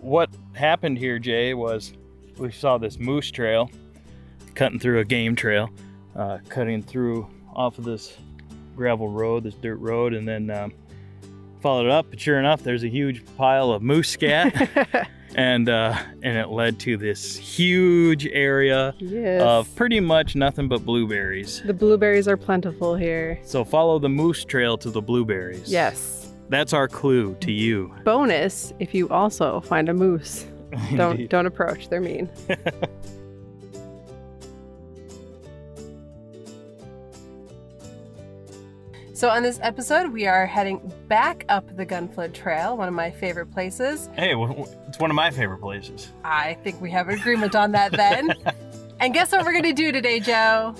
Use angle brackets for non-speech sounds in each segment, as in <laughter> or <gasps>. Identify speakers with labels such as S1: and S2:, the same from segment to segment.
S1: what happened here, Jay, was we saw this moose trail cutting through a game trail, uh, cutting through off of this gravel road, this dirt road, and then um, followed it up. But sure enough, there's a huge pile of moose
S2: <laughs>
S1: scat, and uh, and it led to this huge area
S2: <laughs> yes.
S1: of pretty much nothing but blueberries.
S2: the blueberries are plentiful here.
S1: So follow the moose trail to the blueberries.
S2: Yes.
S1: That's our clue to you.
S2: Bonus if you also find
S1: <laughs>
S2: a moose. Don't
S1: Indeed.
S2: don't approach,
S1: <laughs>
S2: they're mean. So on this episode, we are heading back up the Gunflint Trail, one of my favorite places.
S1: Hey, w- w- it's one of my favorite places.
S2: I think we have agreement on
S1: <laughs>
S2: that then. and guess what we're going to do today, Joe?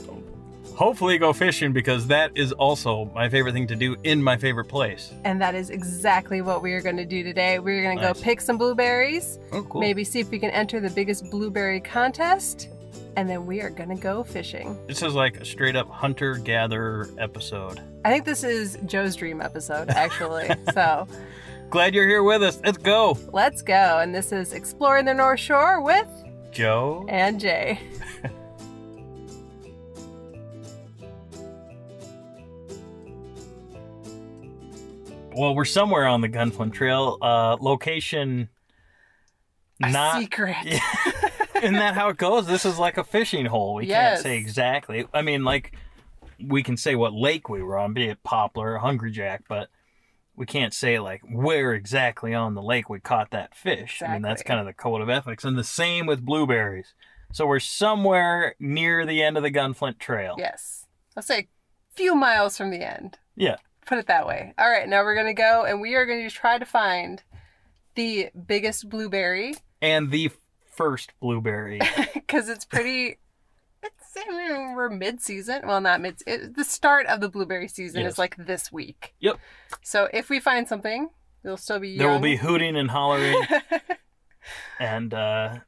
S1: Hopefully, go fishing because that is also my favorite thing to do in my favorite place.
S2: And that is exactly what we are going to do today. We're going to
S1: Nice.
S2: go pick some blueberries,
S1: Oh, cool.
S2: maybe see if we can enter the biggest blueberry contest, and then we are going to go fishing.
S1: This is like a straight up hunter gatherer episode.
S2: I think this is Joe's
S1: <laughs>
S2: dream episode, actually. so
S1: Glad you're here with us. Let's go,
S2: let's go. And this is Exploring the North Shore with
S1: Joe.
S2: and Jay.
S1: Well, we're somewhere on the Gunflint Trail. Uh, location.
S2: A
S1: Not
S2: secret.
S1: Yeah. isn't that how it goes? This is like a fishing hole. We
S2: Yes.
S1: can't say exactly. I mean, like we can say what lake we were on, be it Poplar, or Hungry Jack, but we can't say like where exactly on the lake we caught that fish. I mean, that's
S2: Exactly.
S1: kind of the code of ethics, and the same with blueberries. So we're somewhere near the end of the Gunflint Trail.
S2: Yes. I'll say a few miles from the end.
S1: Yeah.
S2: Put it that way. All right, now we're going to go and we are going to try to find the biggest blueberry
S1: And the first
S2: <laughs>
S1: blueberry.
S2: because it's pretty. <laughs> It's, I mean, we're mid season. Well, not mid. It, the start of the blueberry season
S1: Yes.
S2: is like this week.
S1: Yep.
S2: So if we find something, we'll still be.
S1: there will
S2: young.
S1: be hooting and
S2: <laughs>
S1: hollering, and uh,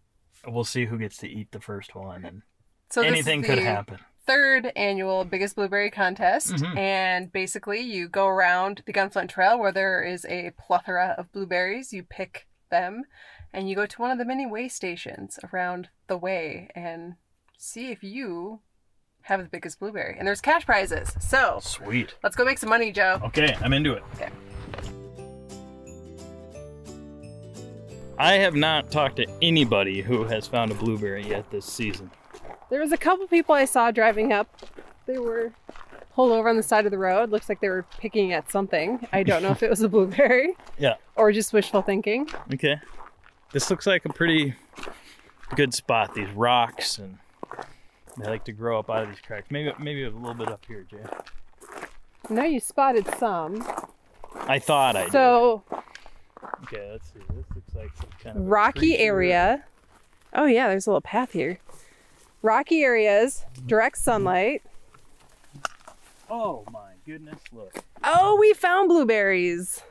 S1: we'll see who gets to eat the first one. And
S2: so this is
S1: anything could
S2: the
S1: happen.
S2: Third annual biggest blueberry contest,
S1: Mhm.
S2: and basically you go around the Gunflint Trail where there is a plethora of blueberries. You pick them, and you go to one of the many way stations around the way and see if you have the biggest blueberry. And there's cash prizes. So
S1: Sweet.
S2: Let's go make some money, Joe.
S1: Okay, I'm into it.
S2: Okay.
S1: I have not talked to anybody who has found a blueberry yet this season.
S2: There was a couple people I saw driving up. They were pulled over on the side of the road. Looks like they were picking at something. I don't know if it was a blueberry <laughs>
S1: Yeah.
S2: or just wishful thinking.
S1: Okay. This looks like a pretty good spot. These rocks and they like to grow up out of these cracks. Maybe maybe a little bit up here, Jay.
S2: Now you spotted some.
S1: I thought I
S2: So
S1: did. Okay, let's see. This looks like some kind of a
S2: rocky
S1: creature.
S2: area. Oh yeah, there's a little path here. Rocky areas, direct sunlight.
S1: Oh my goodness! Look,
S2: Oh, we found blueberries.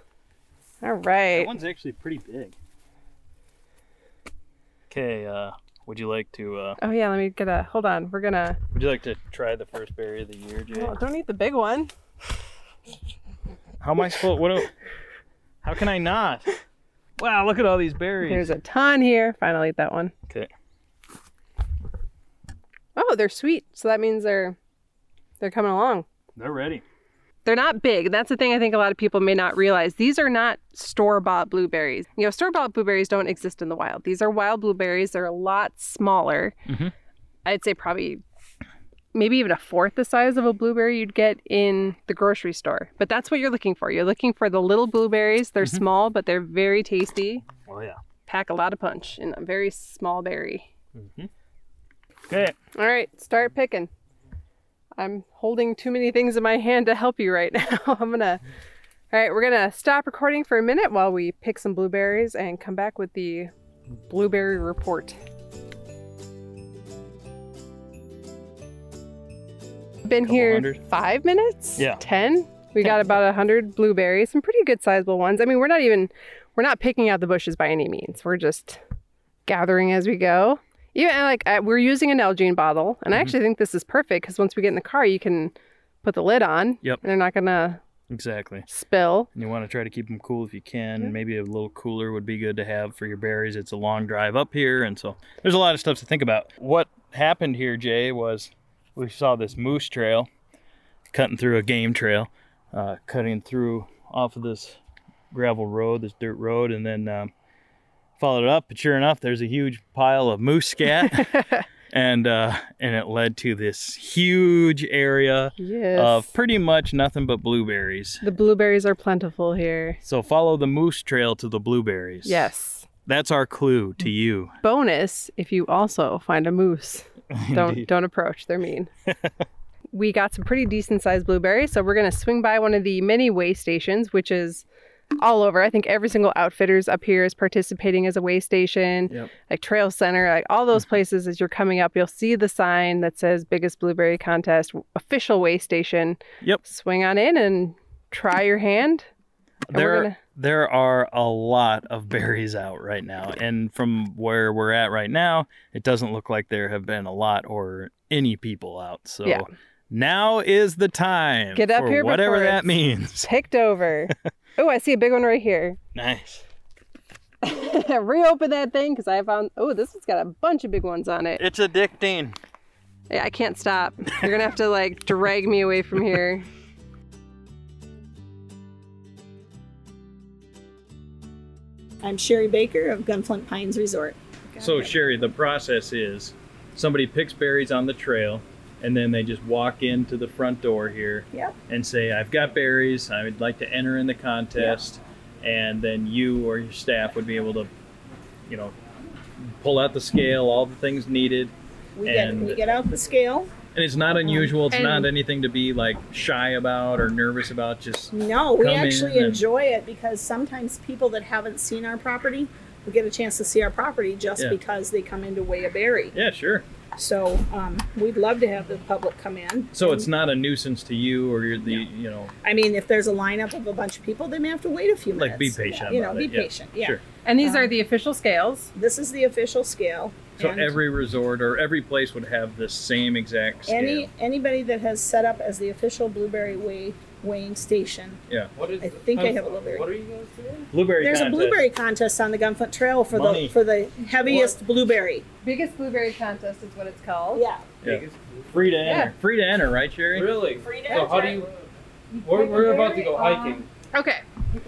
S2: All
S1: that
S2: right.
S1: one's actually pretty big. Okay, uh, would you like to uh,
S2: Oh yeah, let me get a hold on. We're gonna
S1: Would you like to try the first berry of the year, Jay?
S2: oh, don't eat the big one.
S1: How am I supposed? What? do- how can I not? Wow! Look at all these berries.
S2: There's a ton here. Fine, I'll eat that one.
S1: Okay.
S2: Oh, they're sweet. So that means they're they're coming along.
S1: They're ready.
S2: They're not big. That's the thing I think a lot of people may not realize. These are not store-bought blueberries. You know, store-bought blueberries don't exist in the wild. These are wild blueberries. They're a lot smaller.
S1: Mhm.
S2: I'd say probably maybe even a fourth the size of a blueberry you'd get in the grocery store. But that's what you're looking for. You're looking for the little blueberries. They're small, but they're very tasty.
S1: Oh yeah.
S2: Pack a lot of punch in a very small berry.
S1: Okay.
S2: All right, start picking. I'm holding too many things in my hand to help you right <laughs> now. I'm gonna. All right, we're gonna stop recording for a minute while we pick some blueberries and come back with the blueberry report. Been
S1: Couple
S2: here
S1: hundred.
S2: five minutes.
S1: Yeah.
S2: ten. We got about a hundred blueberries, some pretty good sizable ones. I mean, we're not even we're not picking out the bushes by any means. We're just gathering as we go. Even and, like I, we're using an Elgin bottle, and I actually think this is perfect because once we get in the car, you can put the lid on.
S1: Yep.
S2: And they're not gonna
S3: Exactly.
S2: spill.
S3: And you want to try to keep them cool if you can.
S1: Yeah.
S3: Maybe a little cooler would be good to have for your berries. It's a long drive up here, and so there's a lot of stuff to think about. What happened here, Jay, was we saw this moose trail cutting through a game trail, uh, cutting through off of this gravel road, this dirt road, and then um, followed it up. But sure enough, there's a huge pile of moose scat, and uh, and it led to this huge area
S2: Yes.
S3: of pretty much nothing but blueberries.
S2: the blueberries are plentiful here.
S3: So follow the moose trail to the blueberries.
S2: Yes. Mm.
S3: That's our clue to you.
S2: Bonus if you also find a moose. <laughs> Don't
S3: <laughs> Indeed.
S2: don't approach. They're
S3: <laughs>
S2: mean. we got some pretty decent sized blueberries, so we're gonna swing by one of the mini way stations, which is all over. I think every single outfitters up here is participating as a way station,
S3: Yep.
S2: like Trail Center, like all
S3: <laughs>
S2: those places. As you're coming up, you'll see the sign that says "Biggest Blueberry Contest Official Way Station."
S3: Yep.
S2: Swing on in and try your hand. And we're
S3: There,
S2: gonna-
S3: there are a lot of berries out right now. And from where we're at right now, it doesn't look like there have been a lot or any people out. So
S2: Yeah.
S3: now is the time.
S2: Get up
S3: for
S2: here
S3: Whatever
S2: before
S3: that
S2: it's-
S3: means. <laughs>
S2: picked over. oh, I see a big one right here. <laughs>
S3: Nice.
S2: Reopen that thing because I found. Oh, this one's got a bunch of big ones on it.
S3: It's addicting.
S2: Yeah, I can't stop. You're gonna have to like drag me away from here.
S4: I'm Sherry Baker of Gunflint Pines Resort.
S3: So, Sherry, the process is somebody picks berries on the trail and then they just walk into the front door here
S4: Yep.
S3: and say, I've got berries, I would like to enter in the contest. And then you or your staff would be able to, you know, pull out the scale, all the things needed.
S4: We
S3: And-
S4: get we get out the scale.
S3: And it's not unusual, it's
S2: And-
S3: not anything to be like shy about or nervous about, just
S4: No, we
S3: Come in
S4: actually
S3: and-
S4: enjoy it because sometimes people that haven't seen our property will get a chance to see our property just
S3: Yeah.
S4: because they come in to weigh a berry.
S3: yeah, sure.
S4: So um, we'd love to have the public come in.
S3: So it's not a nuisance to you or you're the, you know,
S4: I mean, if there's a lineup of a bunch of people, they may have to wait a few minutes.
S3: like be patient.
S4: You know,
S3: about
S4: be
S3: it. Yeah,
S4: patient. Yeah.
S3: Sure.
S2: And these are the official scales.
S4: This is the official scale.
S3: So
S4: and
S3: every resort or every place would have the same exact scale.
S4: any anybody that has set up as the official blueberry way weighing station,
S5: What is
S4: I think I have a blueberry.
S5: What are you guys doing?
S3: blueberry
S4: There's a
S3: contest.
S4: blueberry contest on the Gunfoot Trail for
S3: Money.
S4: the for the heaviest blueberry.
S2: <laughs> Biggest blueberry contest is what it's called.
S4: Yeah.
S3: Yeah.
S5: Biggest-
S3: Free to
S2: Yeah.
S3: enter. Free to enter, right, Sherry?
S5: Really?
S4: Free
S5: So how do you? We're, we're about to go hiking.
S2: Okay.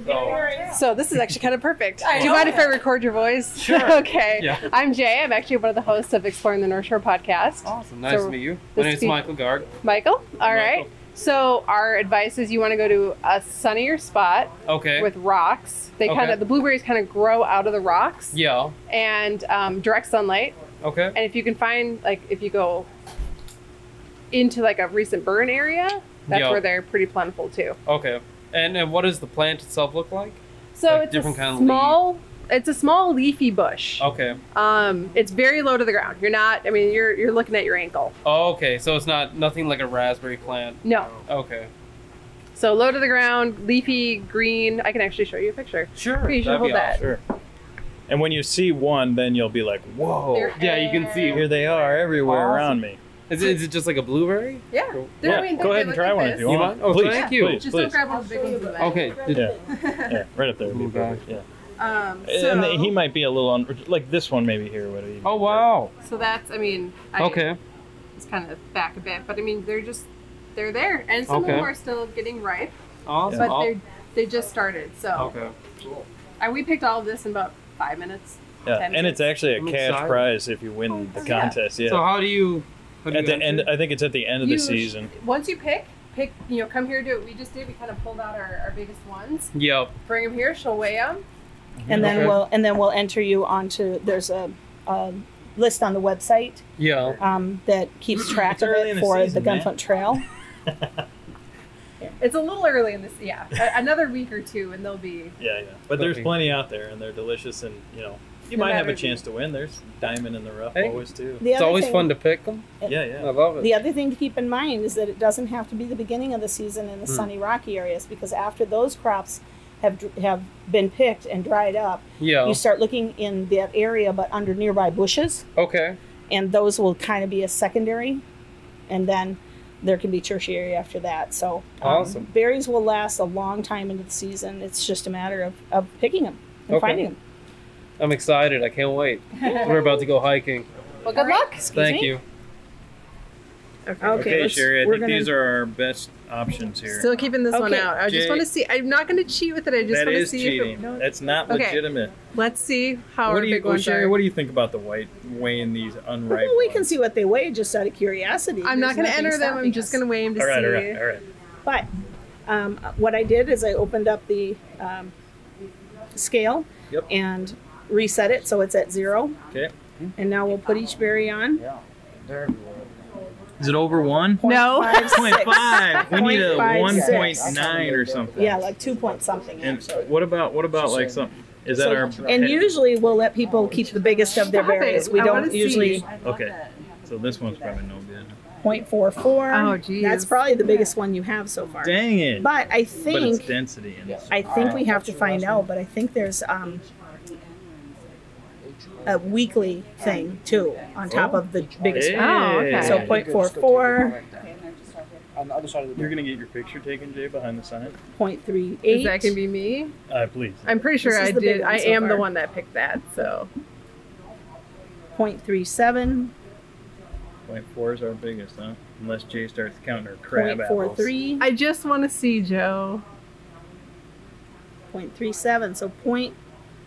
S5: So
S2: So this is actually kind of perfect.
S1: I
S2: Do you
S1: know.
S2: mind if I record your voice?
S5: Sure.
S2: <laughs> okay.
S5: Yeah.
S2: I'm Jay. I'm actually one of the hosts of Exploring the North Shore podcast.
S5: awesome. Nice
S2: So
S5: to meet you.
S2: this
S5: My name's
S2: be-
S5: Michael Garg.
S2: Michael. All right.
S5: Oh. Michael.
S2: So our advice is you want to go to a sunnier spot
S5: Okay.
S2: with rocks. They
S5: Okay.
S2: kind of the blueberries kind of grow out of the rocks
S5: yeah.
S2: and um, direct sunlight.
S5: Okay.
S2: And if you can find like if you go into like a recent burn area, that's
S5: Yeah.
S2: where they're pretty plentiful too.
S5: Okay. And and what does the plant itself look like?
S2: So
S5: Like
S2: it's
S5: different
S2: a
S5: kind of Oh.
S2: small. It's a small leafy bush.
S5: Okay.
S2: Um, it's very low to the ground. You're not. I mean, you're you're looking at your ankle.
S5: Oh, okay. So it's not nothing like a raspberry plant.
S2: No.
S5: Okay.
S2: So low to the ground, leafy, green. I can actually show you a picture.
S5: Sure.
S2: You should
S5: That'd
S2: hold
S5: be
S2: that.
S5: awesome.
S3: Sure. And when you see one, then you'll be like, whoa,
S2: They're
S5: Yeah, you can see.
S3: here they are everywhere
S5: Awesome.
S3: around me.
S5: Is it, is it just like a blueberry?
S2: Yeah.
S5: Cool.
S2: They're- I
S3: yeah,
S2: mean, they-
S3: go
S2: they
S3: ahead and
S2: look
S3: try
S2: like
S3: one
S2: this.
S3: if you
S5: You
S3: want.
S5: want? Oh,
S3: please,
S5: thank you.
S3: Please,
S2: Just
S3: please.
S2: don't grab one of the big ones in the back.
S5: Okay. Did,
S3: Yeah. Yeah, right up there. would be
S5: Oh,
S3: perfect, Yeah.
S2: Um,
S3: and
S2: so,
S3: he might be a little on, like this one maybe here would even.
S5: Oh wow.
S2: so that's. I mean. I,
S5: Okay.
S2: It's kind of back a bit, but I mean, they're just they're there, and some
S5: Okay.
S2: of them are still getting ripe,
S5: Awesome.
S2: but
S5: Oh,
S2: they're they just started. So
S5: Okay.
S2: and we picked all of this in about five minutes.
S3: Yeah,
S2: Ten
S3: and it's
S2: minutes. Oh,
S3: actually a
S5: I'm
S3: cash
S5: excited.
S3: prize if you win the
S2: yeah.
S3: contest. Yeah.
S5: So how do you? How do
S3: at
S5: you
S3: the end,
S5: enter?
S3: I think it's at the end of the
S2: You-
S3: season.
S2: Once you pick, pick you know come here do what we just did. We kind of pulled out our, our biggest ones,
S5: Yep.
S2: bring them here. She'll weigh them.
S4: And then
S5: Okay.
S4: we'll and then we'll enter you onto there's a, a list on the website
S5: Yeah.
S4: um, that keeps track
S3: It's
S4: of
S3: early in
S4: it
S3: the
S4: for
S3: season,
S4: the
S3: man.
S4: Gunflint Trail.
S2: It's a little early in this, yeah. A- Another week or two, and they'll be.
S3: Yeah, yeah. But there's
S5: Okay.
S3: plenty out there, and they're delicious, and you know, you
S2: No
S3: might have
S2: matter
S3: a
S2: if
S3: chance to win. There's diamond in the rough
S5: Hey.
S3: always too.
S4: The
S5: It's
S4: other
S5: always
S4: thing,
S5: fun to pick them.
S3: Yeah, yeah.
S5: I love it.
S4: the other thing to keep in mind is that it doesn't have to be the beginning of the season in the
S3: Hmm.
S4: sunny rocky areas because after those crops have dr- have been picked and dried up,
S5: Yeah.
S4: you start looking in that area but under nearby bushes.
S5: Okay.
S4: and those will kind of be a secondary. And then there can be tertiary after that. So um,
S5: Awesome.
S4: berries will last a long time into the season. It's just a matter of, of picking them and
S5: Okay.
S4: finding them.
S5: I'm excited. I
S1: <laughs>
S5: can't wait. We're about to go hiking.
S6: Well, good luck.
S5: Thank you.
S4: Okay,
S3: Okay,
S4: let's-
S3: Sherry, I
S4: we're
S3: think
S4: gonna-
S3: these are our best options here.
S2: Still keeping this one
S4: Okay.
S2: out. I just
S3: Jay.
S2: want to see. I'm not going to cheat with it. I just
S3: that
S2: want to
S3: is
S2: see. If
S3: cheating.
S2: it, no,
S3: That's not
S2: Okay.
S3: legitimate.
S2: let's see how
S3: what
S2: our
S3: do you,
S2: big
S3: well,
S2: ones
S3: Sherry?
S2: are.
S3: What do you think about the white weighing these unripe?
S4: Well, we can
S3: ones?
S4: see what they weigh just out of curiosity.
S2: I'm not
S4: There's
S2: going to
S4: nothing
S2: enter them. I'm
S4: stopping
S2: just
S4: us.
S2: going to weigh them to
S3: All right,
S2: see.
S3: all right, all right.
S4: But um, what I did is I opened up the um, scale
S3: Yep.
S4: and reset it so it's at zero.
S3: Okay.
S4: And now we'll put each berry on.
S3: Yeah. Is it over one?
S2: No.
S4: Five,
S3: Point
S4: six.
S3: five. We need a
S4: Point
S3: one
S4: five
S3: point
S4: six.
S3: nine or something.
S4: Yeah, like two point something.
S3: And
S4: actually.
S3: what about what about like something? Is that
S4: So-
S3: our?
S4: and usually we'll let people keep the biggest of their
S2: Stop it.
S4: berries. We
S2: I wanna
S4: don't
S2: see.
S4: usually
S3: Okay. So this one's probably no good.
S4: point four four.
S2: Oh, geez.
S4: That's probably the biggest one you have so far.
S3: Dang it!
S4: But I
S3: But it's
S4: think
S3: density and it's
S4: I think we have to find out, but I think there's um, a weekly thing too on top of the biggest.
S3: Hey.
S4: one.
S2: Oh, okay.
S4: So
S3: Yeah.
S4: point four four,
S7: On the other side of the
S3: You're gonna get your picture taken, Jay, behind the sign.
S4: point three eight.
S2: Is that going to be me?
S3: Uh, please.
S2: I'm pretty sure
S4: This is
S2: I
S4: the big
S2: did.
S4: one
S2: I
S4: so
S2: am the
S4: far.
S2: one that picked that. So
S4: Point three seven,
S3: Point four is our biggest, huh? Unless Jay starts counting her crab
S4: point four
S3: apples.
S4: three,
S2: I just want to see Joe.
S4: point three seven. So point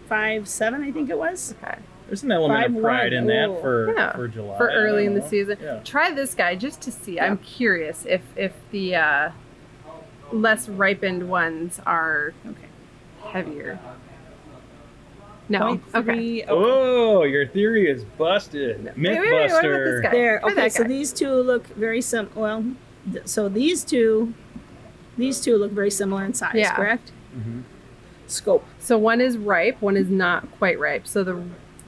S4: five seven, I think it was.
S2: Okay.
S3: There's an element
S4: Five,
S3: of pride in
S4: one.
S3: that
S4: Ooh.
S3: for
S2: Oh, Yeah.
S3: for July.
S2: for
S3: I
S2: early
S3: don't
S2: in the
S3: know.
S2: season.
S3: Yeah.
S2: Try this guy just to see. I'm curious if if the uh, less ripened ones are
S4: Okay.
S2: heavier. No.
S4: Point
S2: Okay.
S4: three- oh,
S3: Oh, your theory is busted. Mythbuster.
S2: wait, wait, what about this guy?
S4: There.
S2: Try
S4: Okay.
S2: that
S4: So
S2: guy.
S4: these two look very sim. Well, th- so these two, these two look very similar in size.
S2: Yeah.
S4: Correct.
S3: Mhm.
S4: Scope.
S2: So one is ripe, one is not quite ripe. So the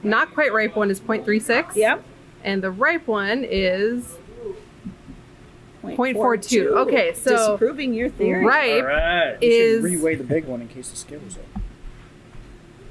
S2: not quite ripe one is 0.36.
S4: Yep.
S2: And the ripe one is
S4: Point
S2: 0.42. Okay, so-
S4: disproving your theory.
S3: All
S2: ripe
S3: right.
S7: You
S2: is
S7: should reweigh the big one in case the scale is up.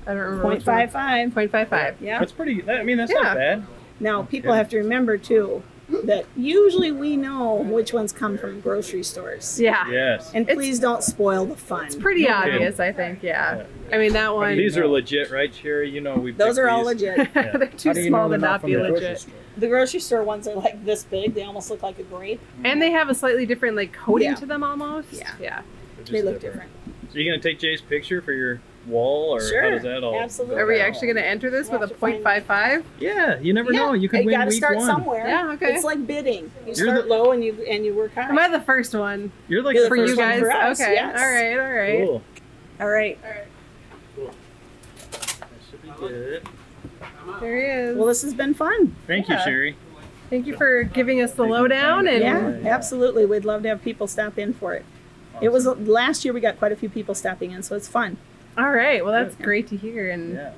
S2: I don't remember.
S4: Point
S2: which one.
S4: five five.
S2: 0.55.
S4: Yeah.
S3: That's pretty. that- I mean, that's
S2: Yeah.
S3: not bad.
S4: Now people
S3: Okay.
S4: have to remember too that usually we know which ones come from grocery stores.
S2: Yeah.
S3: Yes.
S4: And
S2: It's-
S4: please don't spoil the fun.
S2: It's pretty
S3: kidding.
S2: obvious, I think. Yeah. I mean that one.
S3: These are legit, right, Sherry? You know we.
S4: Those
S3: picked
S4: are all
S3: these.
S4: legit.
S3: Yeah.
S2: <laughs> They're too
S7: How do you
S2: small
S7: know
S2: to
S7: they're
S2: not
S7: from
S2: be
S7: the
S2: legit.
S7: grocery store?
S4: The grocery store ones are like this big. They almost look like a grape.
S2: And they have a slightly different like coating
S4: Yeah.
S2: to them almost.
S4: Yeah.
S2: Yeah.
S3: They're just
S4: They look different.
S3: So you gonna take Jay's picture for your wall, or how
S4: Sure,
S3: does that all?
S4: absolutely.
S2: Are we actually going to enter this with a
S4: We'll have to find
S2: .55?
S3: Yeah, you never know. You could
S4: you
S3: win
S4: gotta
S3: week
S4: start
S3: one.
S4: somewhere.
S2: Yeah, okay.
S4: It's like bidding. You
S3: You're
S4: start
S3: the-
S4: low and you and you work high.
S2: Am I the first one
S3: You're like
S4: You're the
S3: the
S2: for
S3: first
S2: you guys?
S4: first one for us,
S2: okay.
S4: yes.
S2: All right. All right.
S3: Cool.
S4: All right.
S3: That should be good.
S2: There he is.
S4: Well, this has been fun.
S3: Thank
S2: Yeah.
S3: you, Sherry.
S2: Thank you for giving us the
S3: Taking the
S2: lowdown
S3: time.
S2: and
S4: Yeah,
S3: Yeah.
S4: absolutely. We'd love to have people stop in for it. It was last year we got quite a few people stopping in, so it's fun.
S2: all right. Well, that's great to hear and
S3: Yeah.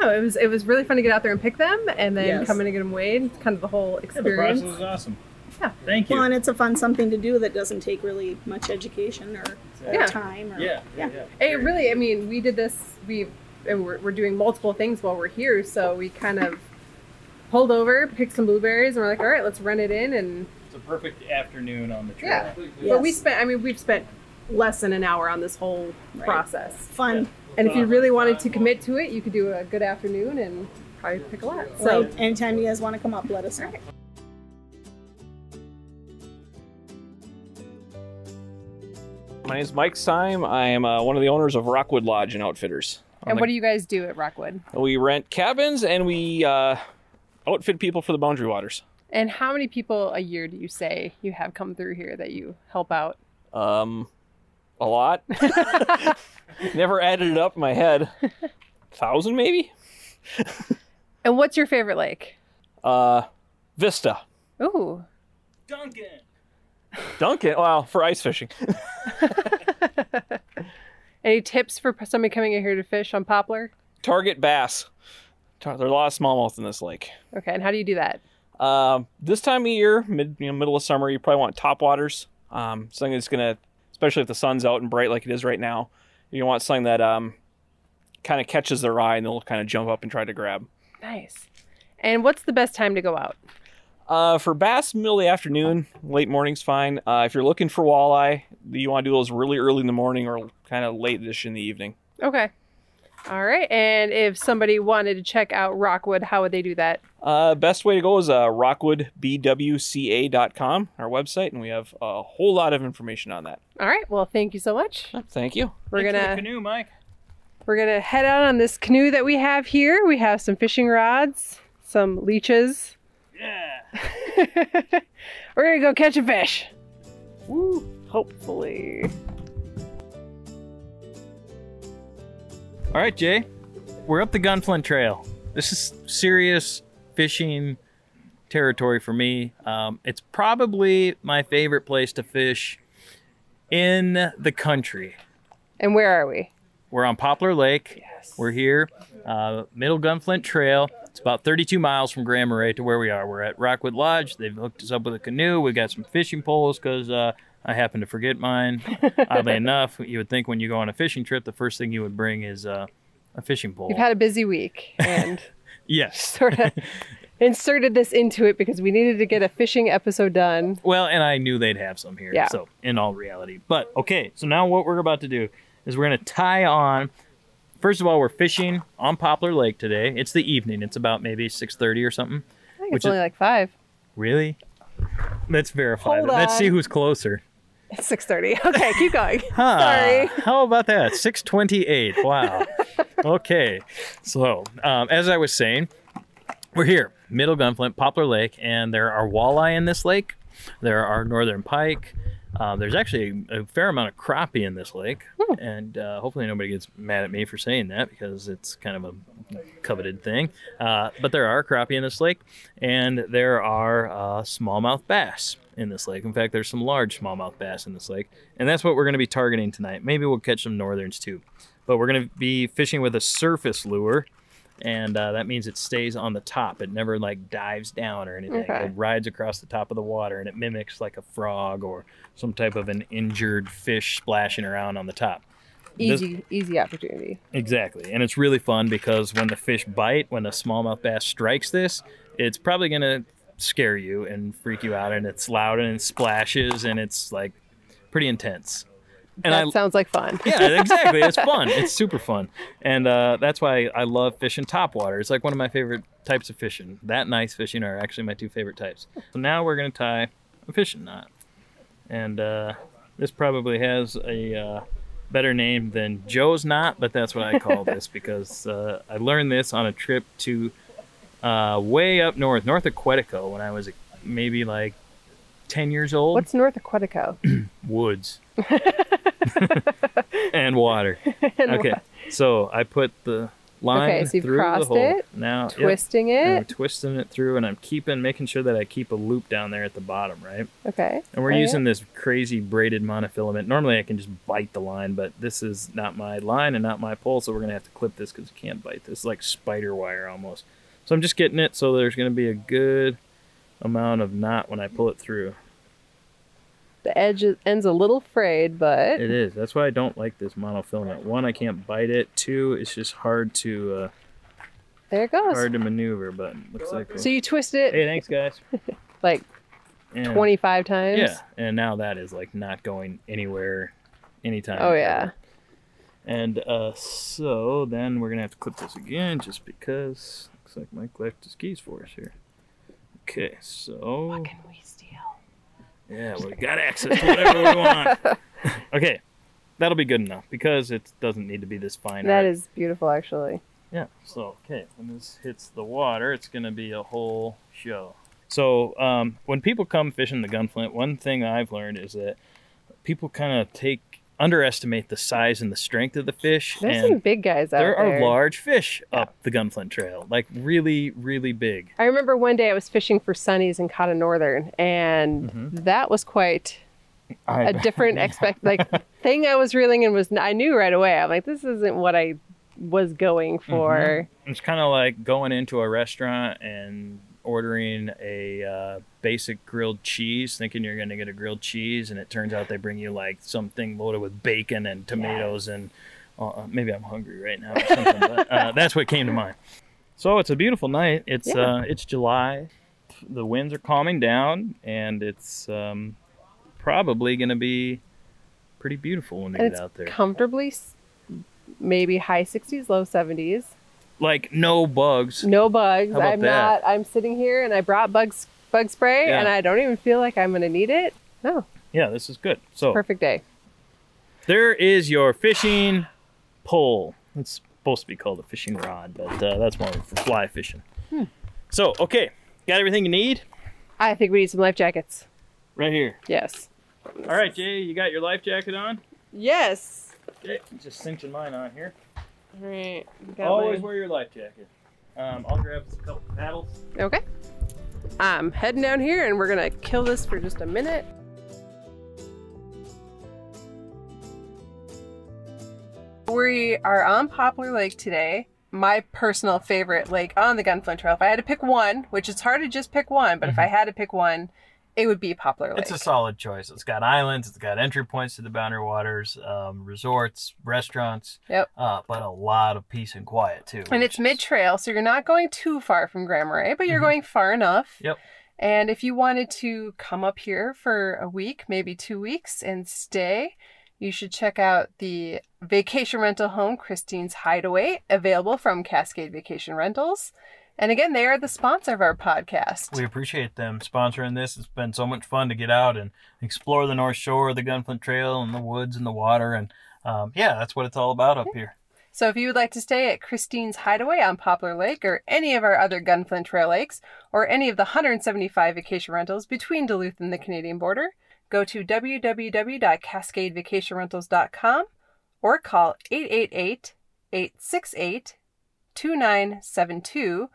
S2: oh, it was it was really fun to get out there and pick them and then
S4: Yes.
S2: come in and get them weighed. It's kind of the whole
S3: Yeah, the
S2: experience.
S3: process is awesome.
S2: Yeah.
S3: Thank you.
S4: Well, and it's a fun something to do that doesn't take really much education or, or
S2: Yeah.
S4: time. Or,
S3: Yeah.
S4: yeah.
S2: it really, I mean, we did this. We and we're, we're doing multiple things while we're here, so we kind of pulled over, picked some blueberries, and we're like, all right, let's run it in and
S3: It's a perfect afternoon on the trail.
S2: Yeah.
S4: Yes.
S2: But we spent, I mean, we've spent less than an hour on this whole
S4: Right.
S2: process.
S4: fun.
S2: And if you really wanted to commit to it, you could do a good afternoon and probably pick a lot.
S4: So
S2: So,
S4: anytime you guys want to come up, let us know.
S8: My name's Mike Syme. I am uh, one of the owners of Rockwood Lodge and Outfitters. I'm
S2: and
S8: the-
S2: what do you guys do at Rockwood?
S8: we rent cabins and we uh, outfit people for the Boundary Waters.
S2: And how many people a year do you say you have come through here that you help out?
S8: Um, a lot. <laughs> Never added it up in my head. Thousand maybe.
S2: And what's your favorite lake?
S8: Uh, Vista,
S2: Ooh,
S3: Duncan.
S8: Duncan. Wow, for ice fishing.
S2: any tips for somebody coming in here to fish on poplar?
S8: Target bass. Tar- there are a lot of smallmouth in this lake.
S2: Okay, and how do you do that?
S8: Um, this time of year, mid you know, middle of summer, you probably want topwaters. Um, something that's gonna, especially if the sun's out and bright like it is right now, you want something that um, kind of catches their eye and they'll kind of jump up and try to grab.
S2: Nice. And what's the best time to go out?
S8: Uh, for bass, middle of the afternoon, late morning's fine. Uh, if you're looking for walleye, you want to do those really early in the morning or kind of late-ish in the evening.
S2: Okay. All right. And if somebody wanted to check out Rockwood, how would they do that?
S8: Uh, best way to go is uh, rockwoodbwca.com, our website, and we have a whole lot of information on that.
S2: All right. Well, thank you so much.
S8: Thank you.
S2: We're
S1: Thanks for the
S2: gonna
S1: canoe, Mike.
S2: we're gonna head out on this canoe that we have here. We have some fishing rods, some leeches.
S1: Yeah.
S2: <laughs> We're gonna go catch a fish. Woo! Hopefully.
S1: All right, Jay. We're up the Gunflint Trail. This is serious fishing territory for me. Um, it's probably my favorite place to fish in the country.
S2: And where are we?
S1: We're on Poplar Lake. We're here, uh, Middle Gunflint Trail. It's about 32 miles from Grand Marais to where we are. We're at Rockwood Lodge. They've hooked us up with a canoe. We've got some fishing poles because uh, I happened to forget mine. Oddly enough, you would think when you go on a fishing trip, the first thing you would bring is uh, a fishing pole.
S2: We've had a busy week and <laughs>
S1: yes.
S2: sort <laughs> of inserted this into it because we needed to get a fishing episode done.
S1: Well, and I knew they'd have some here.
S2: Yeah.
S1: So, in all reality. But, okay, so now what we're about to do is we're going to tie on. First of all, we're fishing on Poplar Lake today. It's the evening. It's about maybe 6.30 or something.
S2: I think
S1: Which
S2: it's
S1: is-
S2: only like five.
S1: Really? Let's verify
S2: Hold
S1: that. Let's see
S2: on.
S1: who's closer.
S2: It's six thirty. <laughs> Okay, keep going.
S1: <laughs> Huh.
S2: Sorry.
S1: How about that? 628. Wow. okay. So, um, as I was saying, we're here, Middle Gunflint, Poplar Lake, and there are walleye in this lake. There are northern pike. Uh, there's actually a fair amount of crappie in this lake. And uh, hopefully nobody gets mad at me for saying that because it's kind of a coveted thing. Uh, but there are crappie in this lake, and there are uh, smallmouth bass in this lake. In fact, there's some large smallmouth bass in this lake, and that's what we're going to be targeting tonight. Maybe we'll catch some northerns too, but we're going to be fishing with a surface lure, and uh, that means it stays on the top. It never like dives down or anything.
S2: Okay.
S1: It rides across the top of the water, and it mimics like a frog or some type of an injured fish splashing around on the top. This-
S2: Easy, easy opportunity.
S1: Exactly. And it's really fun because when the fish bite, when a smallmouth bass strikes this, it's probably going to scare you and freak you out. And it's loud and it splashes and it's like pretty intense. And
S2: that
S1: I,
S2: sounds like fun.
S1: yeah, exactly. It's fun. It's super fun. And uh, that's why I love fishing topwater. It's like one of my favorite types of fishing. That and ice fishing are actually my two favorite types. So now we're going to tie a fishing knot. And uh, this probably has a uh, better name than Joe's Knot, but that's what I call this because uh, I learned this on a trip to uh, way up north, north of Quetico, when I was maybe like 10 years old
S2: What's North Aquatico? <laughs>
S1: woods <laughs> and water.
S2: <laughs>
S1: okay, so I put the line
S2: Okay, so you've
S1: through the
S2: crossed
S1: hole.
S2: it,
S1: now yep,
S2: Twisting
S1: and I'm
S2: it.
S1: twisting it through, and I'm keeping making sure that I keep a loop down there at the bottom, right?
S2: Okay.
S1: And we're
S2: Oh, yeah.
S1: using this crazy braided monofilament. Normally, I can just bite the line, but this is not my line and not my pole, so we're gonna have to clip this because you can't bite this. It's like spider wire almost. So I'm just getting it so there's gonna be a good amount of knot when I pull it through.
S2: The edge is- ends a little frayed, but
S1: It is. That's why I don't like this monofilament. One, I can't bite it. Two, it's just hard to uh,
S2: there it goes.
S1: hard to maneuver. But looks like.
S2: So you twist it
S1: hey, thanks guys.
S2: like
S1: And-
S2: 25 times.
S1: Yeah, and now that is like not going anywhere, anytime.
S2: Oh yeah.
S1: ever. And uh, so then we're gonna have to clip this again, just because. Looks like Mike left his keys for us here. Okay, so.
S2: Can we steal?
S1: Yeah, we got access to whatever we
S2: <laughs>
S1: want. okay, that'll be good enough because it doesn't need to be this fine.
S2: That
S1: art.
S2: is beautiful, actually.
S1: Yeah. So okay, when this hits the water, it's gonna be a whole show. So um, when people come fishing the gunflint, one thing I've learned is that people kind of take underestimate the size and the strength of the fish.
S2: There's
S1: and
S2: some big guys out there.
S1: there are large fish up the gunflint trail, like really, really big.
S2: I remember one day I was fishing for sunnies and caught a northern, and
S1: Mm-hmm.
S2: that was quite a
S1: <laughs>
S2: different expect like thing I was reeling in was I knew right away. I'm like, this isn't what I was going
S1: Mm-hmm.
S2: for.
S1: It's kind of like going into a restaurant and ordering a uh, basic grilled cheese, thinking you're going to get a grilled cheese, and it turns out they bring you like something loaded with bacon and tomatoes and uh, maybe I'm hungry right now. Or
S2: <laughs>
S1: something, but uh, that's what came to mind. So it's a beautiful night. It's
S2: Yeah.
S1: uh, it's July. off. The winds are calming down, and it's um, probably going to be pretty beautiful when we
S2: And
S1: get
S2: it's
S1: out there.
S2: comfortably s- maybe high 60s, low 70s.
S1: like no bugs.
S2: No bugs.
S1: How about
S2: I'm
S1: that?
S2: not. I'm sitting here and I brought bugs bug spray
S1: Yeah.
S2: and I don't even feel like I'm going to need it. No,
S1: Yeah, this is good. So
S2: perfect day.
S1: there is your fishing pole. It's supposed to be called a fishing rod, but uh, that's more for fly fishing.
S2: Hmm.
S1: So okay, got everything you need
S2: I think we need some life jackets.
S1: right here.
S2: Yes.
S1: All right, Jay, you got your life jacket on.
S2: Yes.
S1: Okay, just cinching mine on here.
S2: All right.
S1: Always wear your life jacket. Um, I'll grab a couple paddles.
S2: Okay. I'm heading down here and we're going to kill this for just a minute. We are on Poplar Lake today. My personal favorite lake on the Gunflint Trail. If I had to pick one, which it's hard to just pick one, but if I had to pick one, it would be Poplar Lake.
S1: Mm-hmm. It's a solid choice. It's got islands. It's got entry points to the boundary waters, um, resorts, restaurants.
S2: Yep.
S1: Uh, but a lot of peace and quiet too.
S2: and
S1: which
S2: it's
S1: is-
S2: mid trail, so you're not going too far from Grand Marais, but you're
S1: Mhm.
S2: going far enough.
S1: Yep.
S2: And if you wanted to come up here for a week, maybe two weeks, and stay, you should check out the vacation rental home, Christine's Hideaway, available from Cascade Vacation Rentals. And again, they are the sponsor of our podcast.
S1: We appreciate them sponsoring this. It's been so much fun to get out and explore the North Shore, the Gunflint Trail, and the woods and the water. And um, yeah, that's what it's all about up here.
S2: So if you would like to stay at Christine's Hideaway on Poplar Lake or any of our other Gunflint Trail lakes or any of the 175 vacation rentals between Duluth and the Canadian border, go to www.cascadevacationrentals.com or call 888-868-2972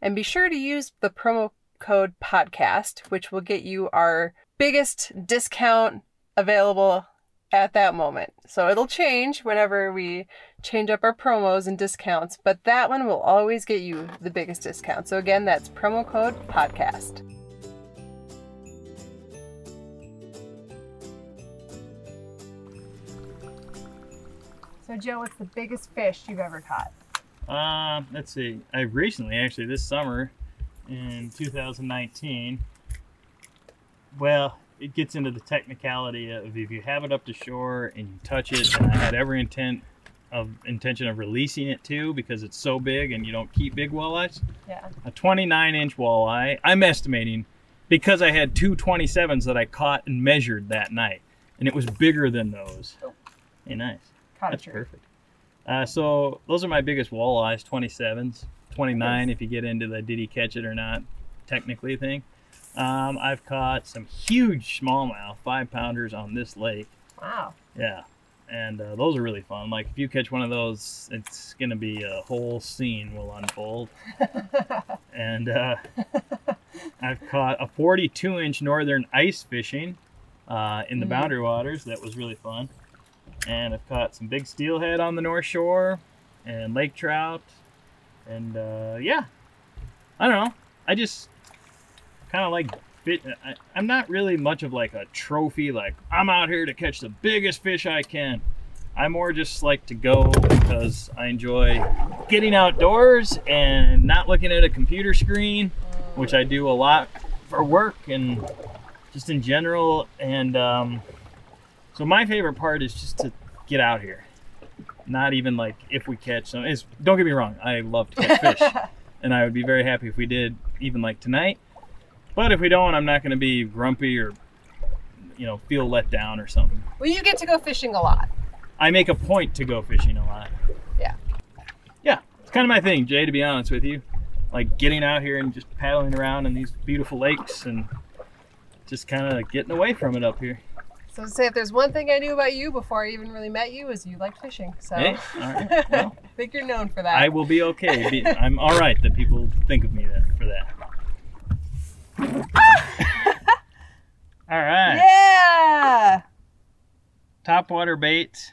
S2: and be sure to use the promo code podcast which will get you our biggest discount available at that moment. So it'll change whenever we change up our promos and discounts, but that one will always get you the biggest discount. So again, that's promo code podcast. So Joe, what's the biggest fish you've ever caught?
S1: Uh, let's see. I recently, actually, this summer in 2019, well, it gets into the technicality of if you have it up to shore and you touch it, and I had every intent of intention of releasing it too because it's so big and you don't keep big walleyes.
S2: Yeah.
S1: A 29 inch walleye, I'm estimating, because I had two 27s that I caught and measured that night, and it was bigger than those. Hey, nice.
S2: Oh. Caught a
S1: That's
S2: trout.
S1: perfect. Uh, so those are my biggest walleyes, 27s, 29 if you get into the did he catch it or not technically thing. Um, I've caught some huge smallmouth, five pounders on this lake.
S2: Wow.
S1: Yeah, and uh, those are really fun. Like if you catch one of those, it's gonna be a whole scene will unfold. and uh, I've caught a 42 inch northern ice fishing uh, in the
S2: Mhm.
S1: boundary waters. That was really fun. And I've caught some big steelhead on the north shore, and lake trout, and uh, yeah, I don't know. I just kind of like fit. uh, I, I'm not really much of like a trophy. Like I'm out here to catch the biggest fish I can. I more just like to go because I enjoy getting outdoors and not looking at a computer screen, which I do a lot for work and just in general. And um, so my favorite part is just to get out here. Not even like if we catch some. It's, don't get me wrong, I love to catch fish, and I would be very happy if we did, even like tonight. But if we don't, I'm not going to be grumpy or, you know, feel let down or something.
S2: Well, you get to go fishing a lot.
S1: I make a point to go fishing a lot.
S2: Yeah.
S1: Yeah, it's kind of my thing, Jay. To be honest with you, like getting out here and just paddling around in these beautiful lakes and just kind of getting away from it up here.
S2: So to say, if there's one thing I knew about you before I even really met you, is you liked fishing. So
S1: Hey, Eh? all
S2: <laughs>
S1: right. Well,
S2: I think you're known for that.
S1: I will be okay. Be- I'm all right that people think of me that for that. all right.
S2: yeah.
S1: Top water bait.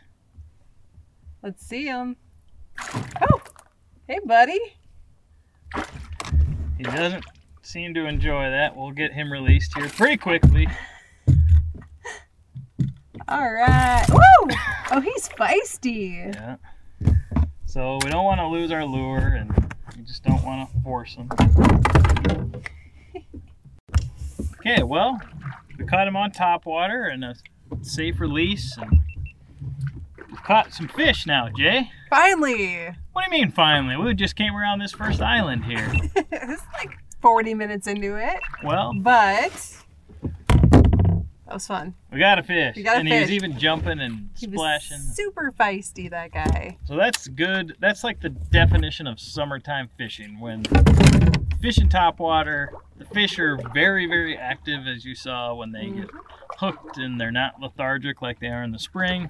S9: Let's see him.
S2: Oh, Hey, buddy.
S1: He doesn't seem to enjoy that. We'll get him released here pretty quickly.
S2: All right. Woo! Oh, he's feisty.
S1: Yeah. So we don't want to lose our lure, and we just don't want to force them. Okay, well, we caught him on top water and a safe release, and we've caught some fish now, Jay.
S2: Finally, <laughs>
S1: What do you mean finally? We just came around this first island here.
S2: it's like 40 minutes into it,
S1: Well,
S2: but that was fun.
S1: we got a fish,
S2: We got a
S1: and he was
S2: fish.
S1: even jumping and
S2: He
S1: splashing.
S2: was super feisty, that guy.
S1: So that's good. That's like the definition of summertime fishing when fishing topwater, the fish are very, very active, as you saw when they get
S2: Mm-hmm.
S1: hooked and they're not lethargic like they are in the spring.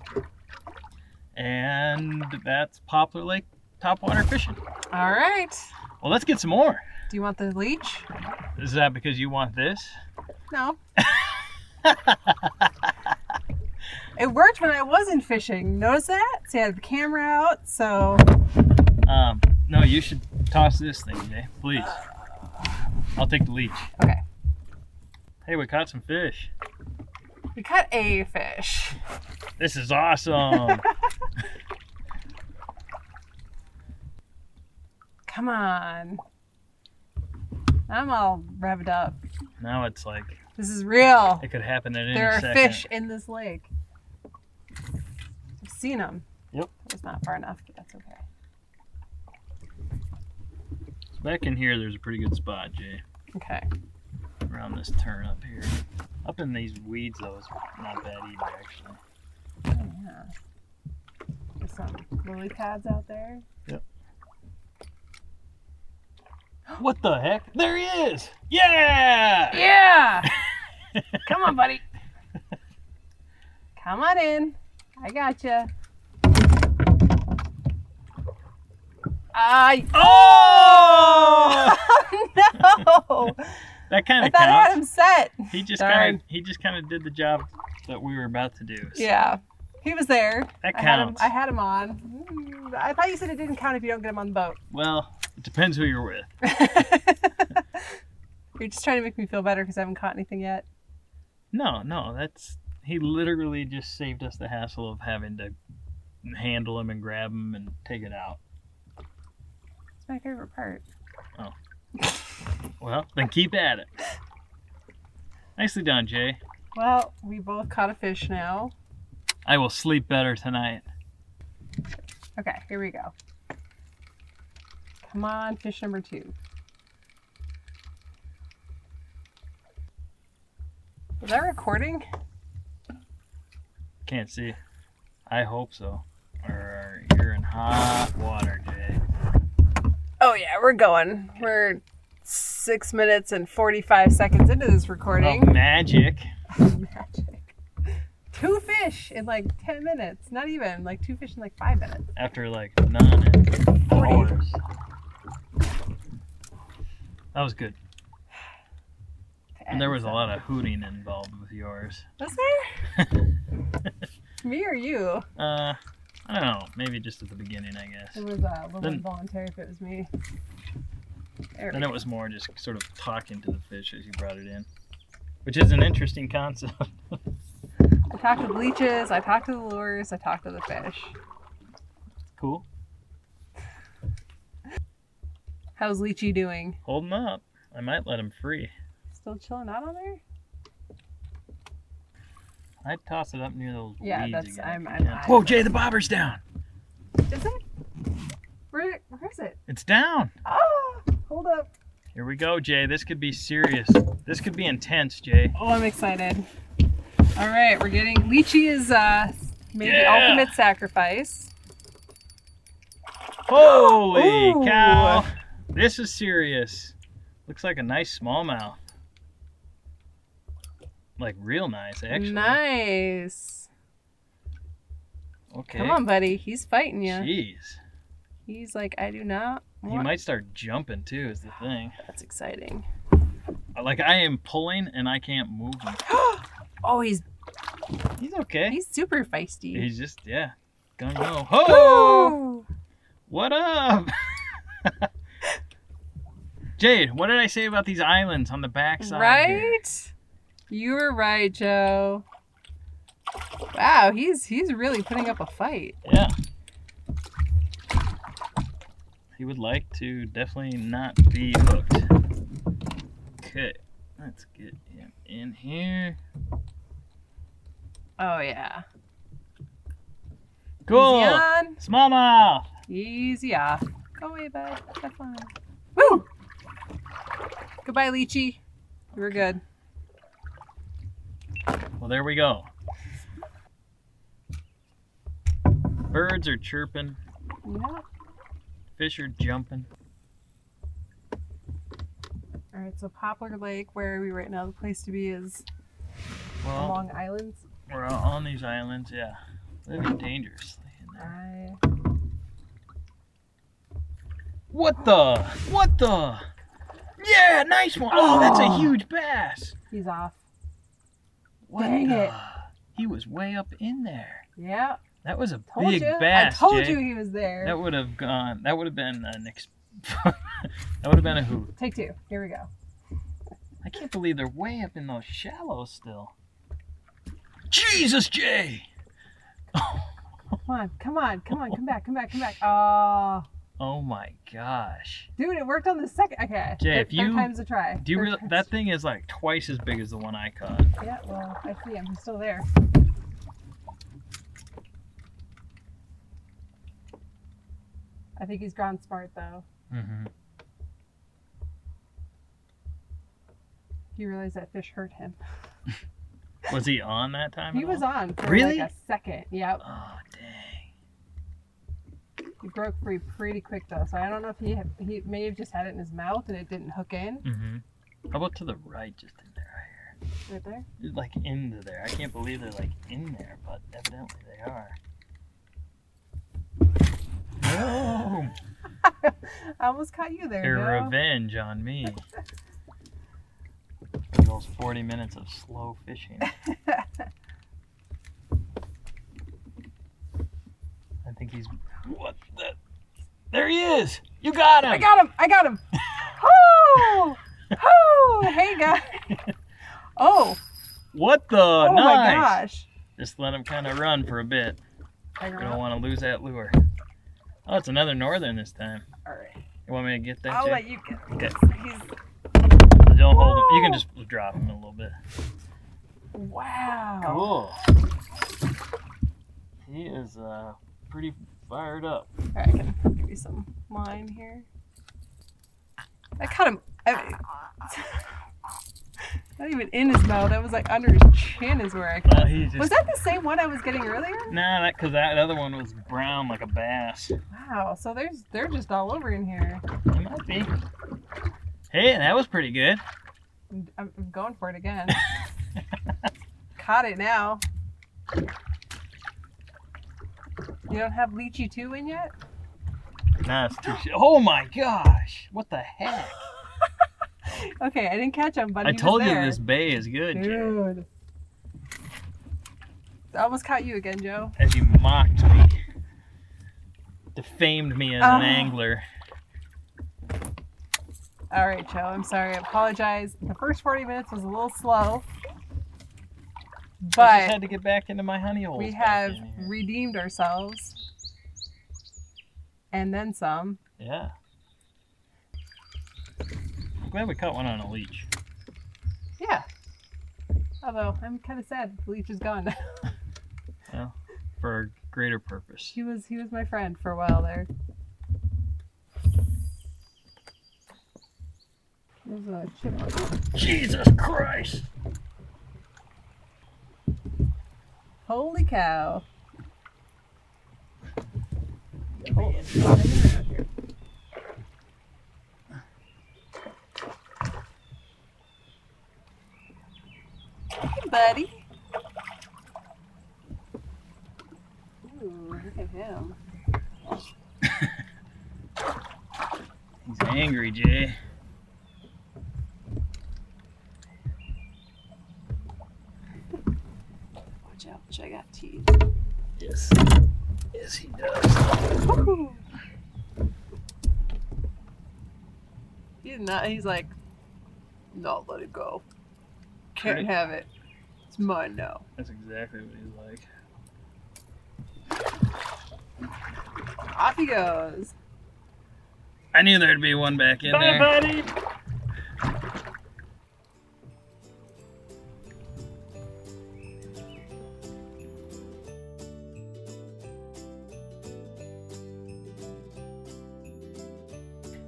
S1: And that's Poplar Lake topwater fishing.
S2: All right.
S1: Well, let's get some more.
S2: Do you want the leech?
S1: Is that because you want this?
S2: No. it worked when I wasn't fishing. Notice that? See, I had the camera out, so
S1: Um, no, you should toss this thing, Jay. Please. I'll take the leech.
S2: Okay.
S1: Hey, we caught some fish.
S2: we caught a fish.
S1: This is
S2: <laughs>
S1: awesome.
S2: Come on. I'm all revved up.
S1: now it's like
S2: This is real.
S1: It could happen at any
S2: There are
S1: second.
S2: fish in this lake. I've seen them.
S1: Yep.
S2: That was not far enough, but that's okay.
S1: Back in here, there's a pretty good spot, Jay.
S2: Okay.
S1: Around this turn up here. Up in these weeds, though, it's not bad either, actually.
S2: <gasps> Yeah. There's some lily pads
S1: <laughs>
S2: out there.
S1: What the heck? There he is! Yeah!
S2: Yeah! Come
S1: <laughs>
S2: on, buddy. Come on in. I gotcha. I. <laughs>
S1: Oh!
S2: oh, no!
S1: that kind
S2: I
S1: of
S2: thought I had
S1: counts.
S2: him set.
S1: He just
S2: Darn.
S1: kind of he just kind of did the job that we were about to do. so
S2: Yeah. He was there.
S1: That
S2: I had him,
S1: counts.
S2: I had him on. Mm, I thought you said it didn't count if you don't get him on
S1: <laughs>
S2: the boat.
S1: Well, it depends who you're with.
S2: You're just trying to make me feel better because I haven't caught anything yet.
S1: No, no, that's he literally just saved us the hassle of having to handle him and grab him and take it out.
S2: It's my favorite part.
S1: Well, then keep at it. Nicely done, Jay.
S2: Well, we both caught a fish now.
S1: I will sleep better tonight.
S2: Okay, here we go. Come on, fish number two. Was that recording?
S1: Can't see. I hope so. Or you're in hot water, Jay.
S2: Oh, yeah, we're going. We're six minutes and 45 seconds into this
S1: Well,
S2: recording.
S1: Oh, magic.
S2: Magic. Two fish in like 10 minutes. Not even. Like two fish in like five minutes.
S1: After like none and
S2: Forty.
S1: hours. That was good. And there was a lot of hooting involved with yours.
S2: Was there?
S1: <laughs>
S2: Me or you?
S1: Uh, I don't know. Maybe just at the beginning, I guess.
S2: It was uh, a little
S1: Then-
S2: involuntary if it was me. There we
S1: Then it was more just sort of talking to the fish as you brought it in, which is an interesting concept. <laughs>
S2: I talked to the leeches, I talked to the lures, I talked to the fish.
S1: cool.
S2: How's Leechy doing?
S1: Hold him up. I might let him free.
S2: Still chilling out on there?
S1: I'd toss it up near those
S2: Yeah,
S1: weeds
S2: that's-
S1: again.
S2: I'm- I'm-
S1: Yeah.
S2: I'm-
S1: Whoa, Jay, the bobber's down.
S2: Is it? Where, where is it?
S1: It's down.
S2: Oh, hold up.
S1: Here we go, Jay. This could be serious. This could be intense, Jay.
S2: Oh, I'm excited. All right, we're getting. Leechy is uh, made
S1: Yeah.
S2: the ultimate sacrifice.
S1: Holy
S2: Ooh.
S1: cow! This is serious. Looks like a nice smallmouth. Like real nice, actually.
S2: Nice.
S1: Okay.
S2: Come on, buddy. He's fighting you.
S1: Jeez.
S2: He's like, I do not
S1: He
S2: want.
S1: might start jumping too. Is the thing.
S2: That's exciting. <gasps>
S1: Like I am pulling and I can't move him.
S2: Oh, he's
S1: He's okay.
S2: he's super feisty.
S1: He's just yeah, gung ho. Ho!
S2: Ooh.
S1: What up? <laughs> Jade, what did I say about these islands on the backside? here?
S2: Right? You were right, Joe. Wow, he's he's really putting up a fight.
S1: Yeah. He would like to definitely not be hooked. Okay, let's get him in. in here.
S2: Oh yeah.
S1: Cool.
S2: Easy on.
S1: Smallmouth.
S2: Easy off. Go away, bud. Have fun. Woo! Goodbye, Lychee. You were good.
S1: Well, there we go. Birds are chirping,
S2: Yeah.
S1: fish are jumping.
S2: All right, so Poplar Lake, where are we right now? The place to be is
S1: Well,
S2: Long Island's.
S1: we're all on these islands, yeah. Living dangerously in there.
S2: I
S1: What the? What the? Yeah, nice one. Oh, that's a huge bass.
S2: he's off.
S1: What
S2: Dang
S1: the?
S2: it.
S1: <sighs> He was way up in there.
S2: Yeah.
S1: That was a
S2: Told
S1: big
S2: you.
S1: bass.
S2: I told
S1: Jay.
S2: you he was there.
S1: That would have gone. That would have been an. Ex- <laughs> that would have been a hoot.
S2: Take two. Here we go.
S1: I can't believe they're way up in those shallows still. Jesus, Jay!
S2: Come on. Come on. Come on. Come back. Come back. Come back. Oh,
S1: Oh my gosh.
S2: dude, it worked on the second. Okay.
S1: Jay,
S2: third-
S1: if you-
S2: third time's a try.
S1: Do you
S2: Third
S1: real
S2: time's-
S1: that thing is like twice as big as the one I caught?
S2: Yeah. Well, I see him. He's still there. I think he's gone smart though.
S1: Mm-hmm.
S2: He realized that fish hurt him.
S1: Was he on that time?
S2: He
S1: at
S2: was
S1: all?
S2: on for
S1: Really?
S2: like a second. Yep.
S1: Oh dang.
S2: He broke free pretty quick though, so I don't know if he he may have just had it in his mouth and it didn't hook in
S1: Mm-hmm. How about to the right, just in there, right
S2: right there.
S1: here, like into there? I can't believe they're like in there, but evidently they are. Oh,
S2: I almost caught you there.
S1: their
S2: Bill.
S1: revenge on <laughs> me. For Those 40 minutes of slow <laughs> fishing. I think he's. What the? There he is! You got him!
S2: I got him!
S1: <laughs>
S2: I got him! Hoo! Hoo! Hey
S1: <laughs>
S2: guys! Oh!
S1: What the?
S2: Oh my
S1: nice!
S2: gosh!
S1: Just let him kind of run for a bit.
S2: I
S1: We
S2: got
S1: don't want to lose that lure. Oh, it's another northern this time.
S2: All right.
S1: You want me to get that?
S2: I'll
S1: Jay?
S2: let you get
S1: Okay.
S2: He's
S1: Don't hold him. You
S2: Oh.
S1: can just drop him a little bit.
S2: wow.
S1: Cool. He is uh, pretty fired up.
S2: All right, I can give you some line here. I caught him. I, <laughs> not even in his mouth. I was like under his chin is where I caught.
S1: Oh, he just.
S2: Was that the same one I was getting earlier?
S1: Nah, that because that other one was brown like a bass.
S2: Wow. So there's they're just all over in here.
S1: It might be. Hey, that was pretty good.
S2: I'm, I'm going for
S1: <laughs>
S2: it again. Caught it now. You don't have lychee two in yet?
S1: Nah, it's too. sh- Oh my gosh! What the heck?
S2: Okay, I didn't catch him, but
S1: I
S2: he was
S1: told you
S2: there.
S1: this bay is good, Jay.
S2: Dude. I almost caught you again, Joe.
S1: as you mocked me, defamed me as
S2: Ah.
S1: an angler.
S2: All right, Joe. I'm sorry. I apologize. The first 40 minutes was a little slow,
S1: I just
S2: but
S1: had to get back into my honey holes.
S2: we
S1: back
S2: have
S1: in here.
S2: redeemed ourselves, and then some.
S1: yeah. I'm glad we caught one on a leech.
S2: Yeah. Although I'm kind of sad, Leech is gone.
S1: for a greater purpose.
S2: he was he was my friend for a while there. There's a chipmunk.
S1: Jesus Christ!
S2: Holy cow! Oh, Hey, buddy. Ooh, look at him.
S1: He's angry, Jay.
S2: Watch out, I got teeth.
S1: Yes. Yes, he does.
S2: He's not. He's like, no, let it go. Can't
S1: Pretty-
S2: have it. It's mine now.
S1: That's exactly what he's like.
S2: Off he goes.
S1: I knew there'd be one back in there.
S8: buddy.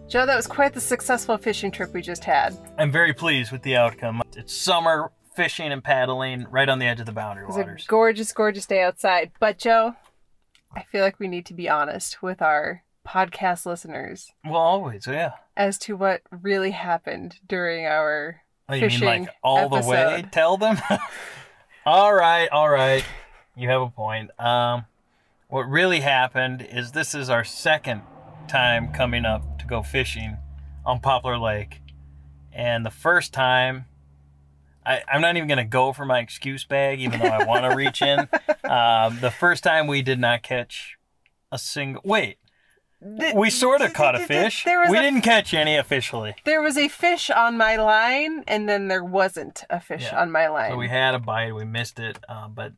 S2: Joe, that was quite the successful fishing trip we just had.
S1: I'm very pleased with the outcome. It's summer fishing and paddling right on the edge of the boundary
S2: It was a
S1: waters.
S2: gorgeous, gorgeous day outside. But Joe, I feel like we need to be honest with our podcast listeners
S1: well, always, yeah.
S2: as to what really happened during our
S1: Oh, you
S2: fishing
S1: mean like all the way?
S2: episode.
S1: Tell them. <laughs> all right, all right. You have a point. Um, what really happened is this is our second time coming up to go fishing on Poplar Lake, and the first time. I, I'm not even gonna go for my excuse bag, even though I want to reach
S2: <laughs>
S1: in. Um, the first time we did not catch a single. Wait, we sort of caught a fish.
S2: There was
S1: we
S2: a-
S1: didn't catch any officially.
S2: There was a fish on my line, and then there wasn't a fish
S1: Yeah.
S2: on my line.
S1: So we had a bite, we missed it, uh, but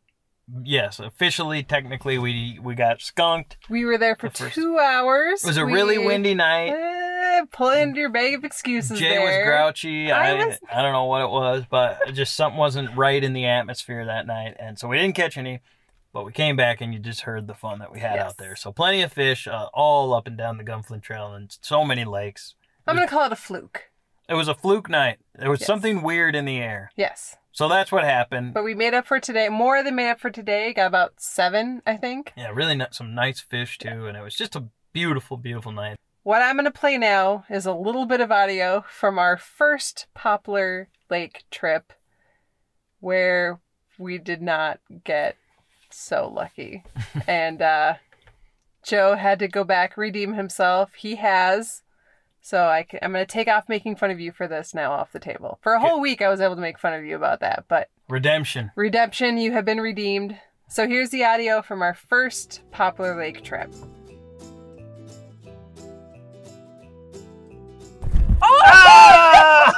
S1: yes, officially, technically, we we got skunked.
S2: We were there for
S1: The first-
S2: two hours.
S1: It was a
S2: We-
S1: really windy night.
S2: Eh, pull into your bag of excuses
S1: Jay
S2: there.
S1: was grouchy. I
S2: I
S1: I,
S2: was-
S1: don't know what it was, but it just something wasn't right in the atmosphere that night, and so we didn't catch any. But we came back, and you just heard the fun that we had
S2: Yes.
S1: out there. So plenty of fish, uh, all up and down the Gunflint Trail, and so many lakes.
S2: I'm gonna call it a fluke.
S1: It was a fluke night. There was
S2: Yes.
S1: something weird in the air.
S2: Yes,
S1: So that's what happened.
S2: but we made up for today. More than made up for today. Got about seven, I think.
S1: Yeah, really n- some nice fish too, and it was just a beautiful, beautiful night.
S2: What I'm gonna play now is a little bit of audio from our first Poplar Lake trip, where we did not get so lucky, and uh, Joe had to go back redeem himself. He has. So I can, I'm going to take off making fun of you for this now off the table. For a whole week, I was able to make fun of you about that, but
S1: Redemption.
S2: Redemption, you have been redeemed. So here's the audio from our first Poplar Lake trip. <laughs> I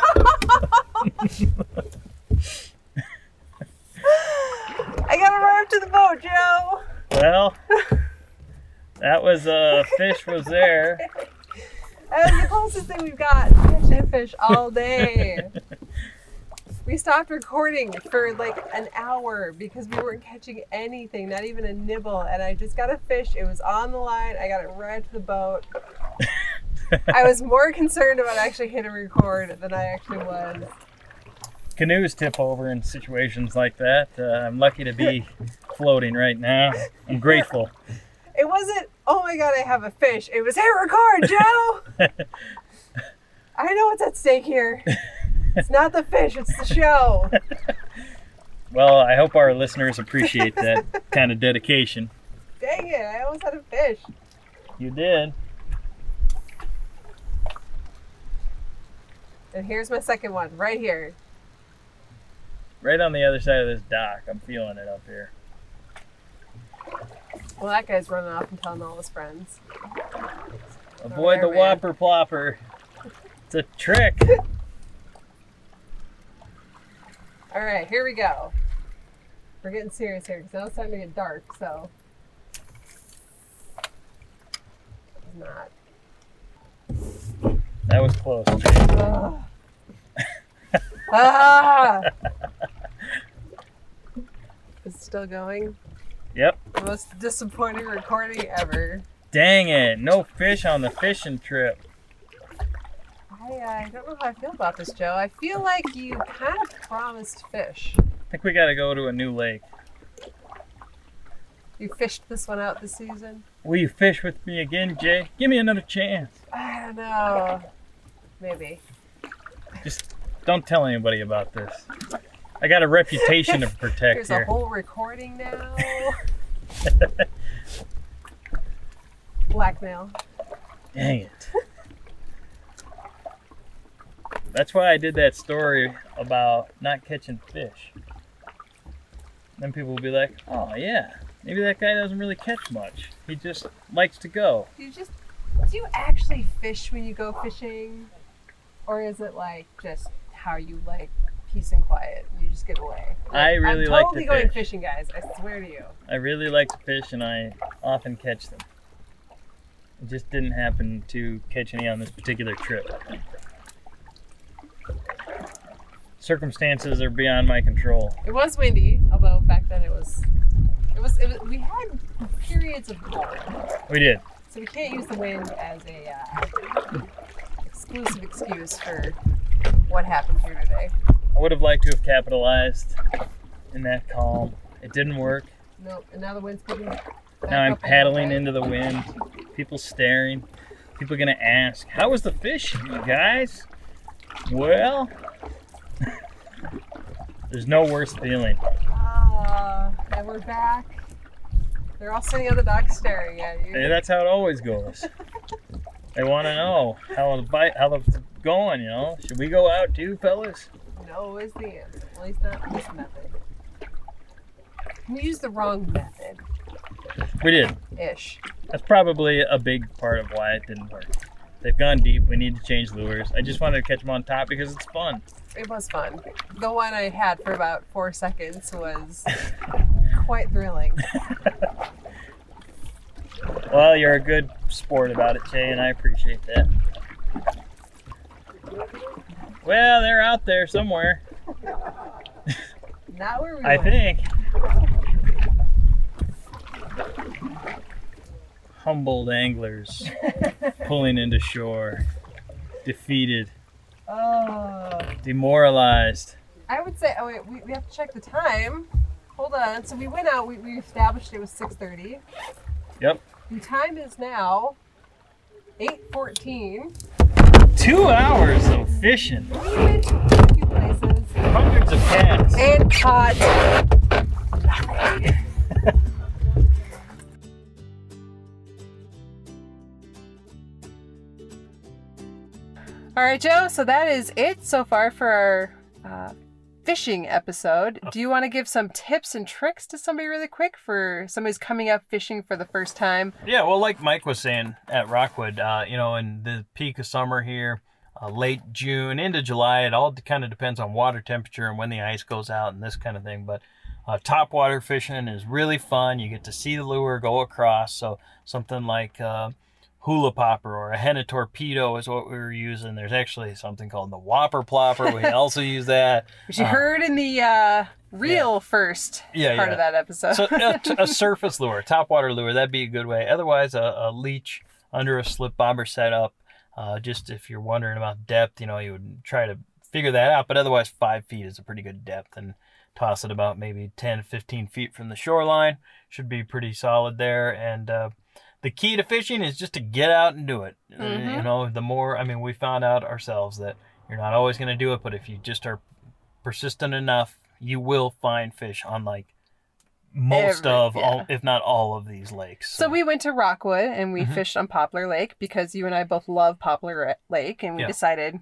S2: gotta run up to the boat, Joe. <laughs>
S1: Well, that was uh, fish was there.
S2: That was Oh, the closest thing we've got to catching a fish all day. we stopped recording for like an hour because we weren't catching anything, not even a nibble. And I just got a fish. It was on the line. I got it right to the boat. I was more concerned about actually hitting record than I actually was.
S1: Canoes tip over in situations like that. Uh, I'm lucky to
S2: <laughs>
S1: be floating right now. I'm grateful.
S2: It wasn't, oh my god, I have a fish. It was, hit record, Joe! I know what's at stake here. It's not the fish, it's the show.
S1: Well, I hope our listeners appreciate
S2: <laughs>
S1: that kind of dedication.
S2: Dang it, I almost had a fish.
S1: You did.
S2: And here's my second one right here.
S1: Right on the other side of this dock. I'm feeling it up here.
S2: Well, that guy's running off and telling all his friends.
S1: Avoid
S2: there,
S1: the
S2: man.
S1: whopper plopper. It's a trick.
S2: All right, here we go. We're getting serious here because now it's time to get dark, so. It's not.
S1: That was close.
S2: Ugh. ah! It's still going.
S1: Yep.
S2: The most disappointing recording ever.
S1: Dang it. No fish on the fishing trip.
S2: I, uh, I don't know how I feel about this, Joe. I feel like you kind of promised fish.
S1: I think we got to go to a new lake.
S2: You fished this one out this season.
S1: Will you fish with me again, Jay? Give me another chance.
S2: I don't know. Maybe.
S1: Just don't tell anybody about this. I got a reputation
S2: <laughs>
S1: to protect
S2: There's a
S1: here.
S2: whole recording
S1: <laughs>
S2: now. Blackmail.
S1: Dang it. That's why I did that story about not catching fish. Then people will be like, oh, yeah, maybe that guy doesn't really catch much. He just likes to go.
S2: Do you just do you actually fish when you go fishing? Or is it like just how you like peace and quiet? and You just get away.
S1: I really
S2: I'm
S1: like
S2: totally
S1: to
S2: going
S1: fish.
S2: fishing, guys. I swear to you.
S1: I really like to fish and I often catch them. It just didn't happen to catch any on this particular trip. Circumstances are beyond my control.
S2: It was windy, although back then it was. It was. It was we had periods of calm,
S1: We did.
S2: so we can't use the wind as a uh, exclusive excuse for what happened here today.
S1: I would have liked to have capitalized in that calm. It didn't work.
S2: Nope, and now the wind's picking back
S1: Now I'm
S2: up a little
S1: paddling
S2: bit.
S1: into the wind. People staring. People gonna ask, "How was the fish, you guys?" Well, <laughs> there's no worse feeling.
S2: Ah, and we're back. They're all sitting on the dock staring at you.
S1: And that's how it always goes. They want to know how the bite, how the going. You know, should we go out too, fellas?
S2: No is the answer. At least not this method. We used the wrong method
S1: We did.
S2: ish.
S1: That's probably a big part of why it didn't work. They've gone deep. We need to change lures. I just wanted to catch them on top because it's fun.
S2: It was fun. The one I had for about four seconds
S1: <laughs>
S2: was quite thrilling.
S1: Well, you're a good sport about it, Jay, and I appreciate that. Well, they're out there somewhere,
S2: Not where we
S1: I
S2: went.
S1: think. Humbled anglers pulling into shore, defeated,
S2: Oh,
S1: demoralized.
S2: I would say. Oh wait, we, we have to check the time. Hold on. So we went out. We, we established it was six thirty.
S1: Yep.
S2: The time is now eight fourteen.
S1: Two hours of fishing,
S2: We went to a few places
S1: hundreds of casts.
S2: and caught All right, Joe. So that is it so far for our uh, fishing episode. Do you want to give some tips and tricks to somebody really quick for somebody's coming up fishing for the first time?
S1: Yeah, well, like Mike was saying at Rockwood, uh, you know, in the peak of summer here, uh, late June into July, it all kind of depends on water temperature and when the ice goes out and this kind of thing. But uh, topwater fishing is really fun. You get to see the lure go across. So something like uh, hula popper or a henna torpedo is what we were using. There's actually something called the whopper plopper.
S2: <laughs>
S1: We also use that.
S2: Which you
S1: Uh,
S2: heard in the uh, real first
S1: Yeah,
S2: part
S1: yeah.
S2: of that episode. <laughs>
S1: so a, t- a surface lure, topwater lure, that'd be a good way. Otherwise, a, a leech under a slip bobber setup. Uh, just if you're wondering about depth, you know, you would try to figure that out. But otherwise, five feet is a pretty good depth, and toss it about maybe 10, 15 feet from the shoreline. Should be pretty solid there. And uh, the key to fishing is just to get out and do it. Uh, You know, the more, I mean, we found out ourselves that you're not always going to do it, but if you just are persistent enough, you will find fish on like most
S2: Every-
S1: of
S2: yeah.
S1: all, if not all of these lakes.
S2: So we went to Rockwood and we
S1: Mhm.
S2: fished on Poplar Lake because you and I both love Poplar Ra- Lake and we
S1: Yeah.
S2: decided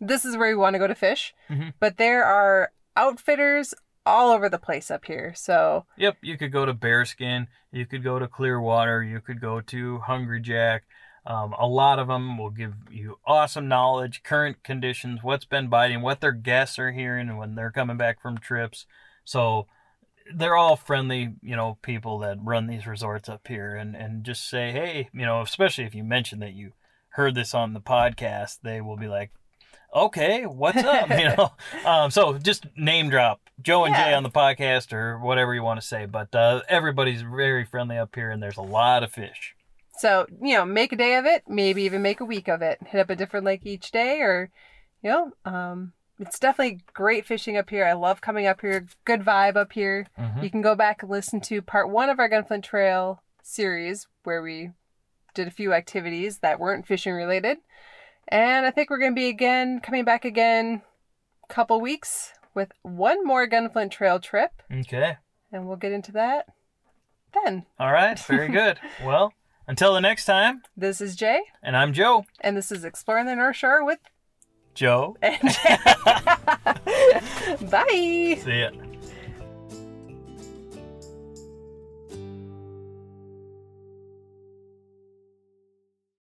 S2: this is where we want to go to fish.
S1: Mhm.
S2: But there are outfitters all over the place up here. So
S1: Yep, you could go to Bearskin, you could go to Clearwater, you could go to Hungry Jack. Um, a lot of them will give you awesome knowledge, current conditions, what's been biting, what their guests are hearing, and when they're coming back from trips. So they're all friendly, you know, people that run these resorts up here, and and just say, hey, you know, especially if you mention that you heard this on the podcast, they will be like, okay, what's up, <laughs> you know. Um, so just name drop Joe and Jay
S2: Yeah.
S1: on the podcast or whatever you want to say, but uh, everybody's very friendly up here, and there's a lot of fish.
S2: so, you know, make a day of it, maybe even make a week of it. Hit up a different lake each day or you know, um it's definitely great fishing up here. I love coming up here. Good vibe up here.
S1: Mhm.
S2: You can go back and listen to part one of our Gunflint Trail series where we did a few activities that weren't fishing related. And I think we're going to be again coming back again couple weeks with one more Gunflint Trail trip,
S1: Okay.
S2: and we'll get into that then.
S1: All right. Very good. well, until the next time,
S2: This is Jay,
S1: and I'm Joe.
S2: and this is Exploring the North Shore with
S1: Joe.
S2: <laughs> Bye.
S1: See ya.